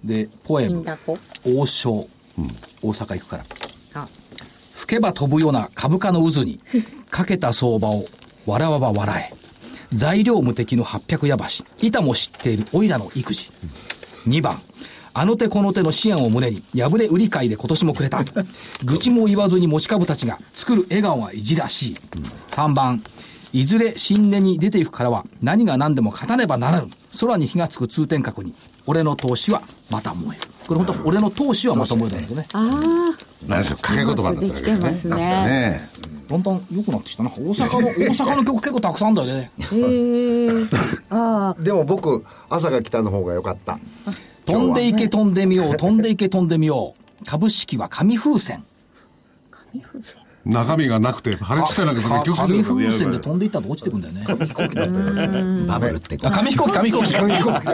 で、ポエ
イン
ム、
ダコ
王将、大阪行くから。
あ
吹けば飛ぶような株価の渦に、かけた相場を、笑わば笑え。材料無敵の800矢橋。板も知っている、おいらの育児。2番。あの手この手の支援を胸に、破れ売り買いで今年もくれた。愚痴も言わずに持ち株たちが作る笑顔がいじらしい。3番。いずれ新年に出ていくからは、何が何でも勝たねばならぬ。空に火がつく通天閣に、俺の投資はまた燃える。これ本当、俺の投資はまた燃えるんだけどね。
あ
何でしょう、掛け言葉だったわけです
で
ね。
きてますね
なんかね
だんだん良くなってきたな。大阪の、大阪の曲結構たくさんあんだ
<laughs>
よね。
ーへえああ
でも僕朝が来たの方が良かった
飛んでいけ飛んでみよう、飛んでいけ飛んでみよう。株式は紙風船。
紙風船
中身がなくて、腹ちったなんかその曲
紙風船で
と。
飛んでいったと落ちてくんだよね。
バブルって
あ紙飛行機、紙飛行機。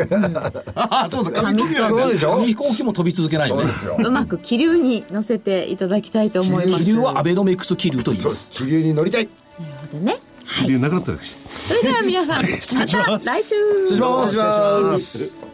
あ、 <laughs> そうだ、紙飛行機なん
そうでしょ
紙飛行機も飛び続けないよね。
よ
うまく気流に乗せていただきたいと思います
気流はアベノミクス気流と言い
そう
ま。
ですす気流に乗りたい
でね
だ。なくなったらしい。
それでは皆さんまた来週
失礼します。
失礼します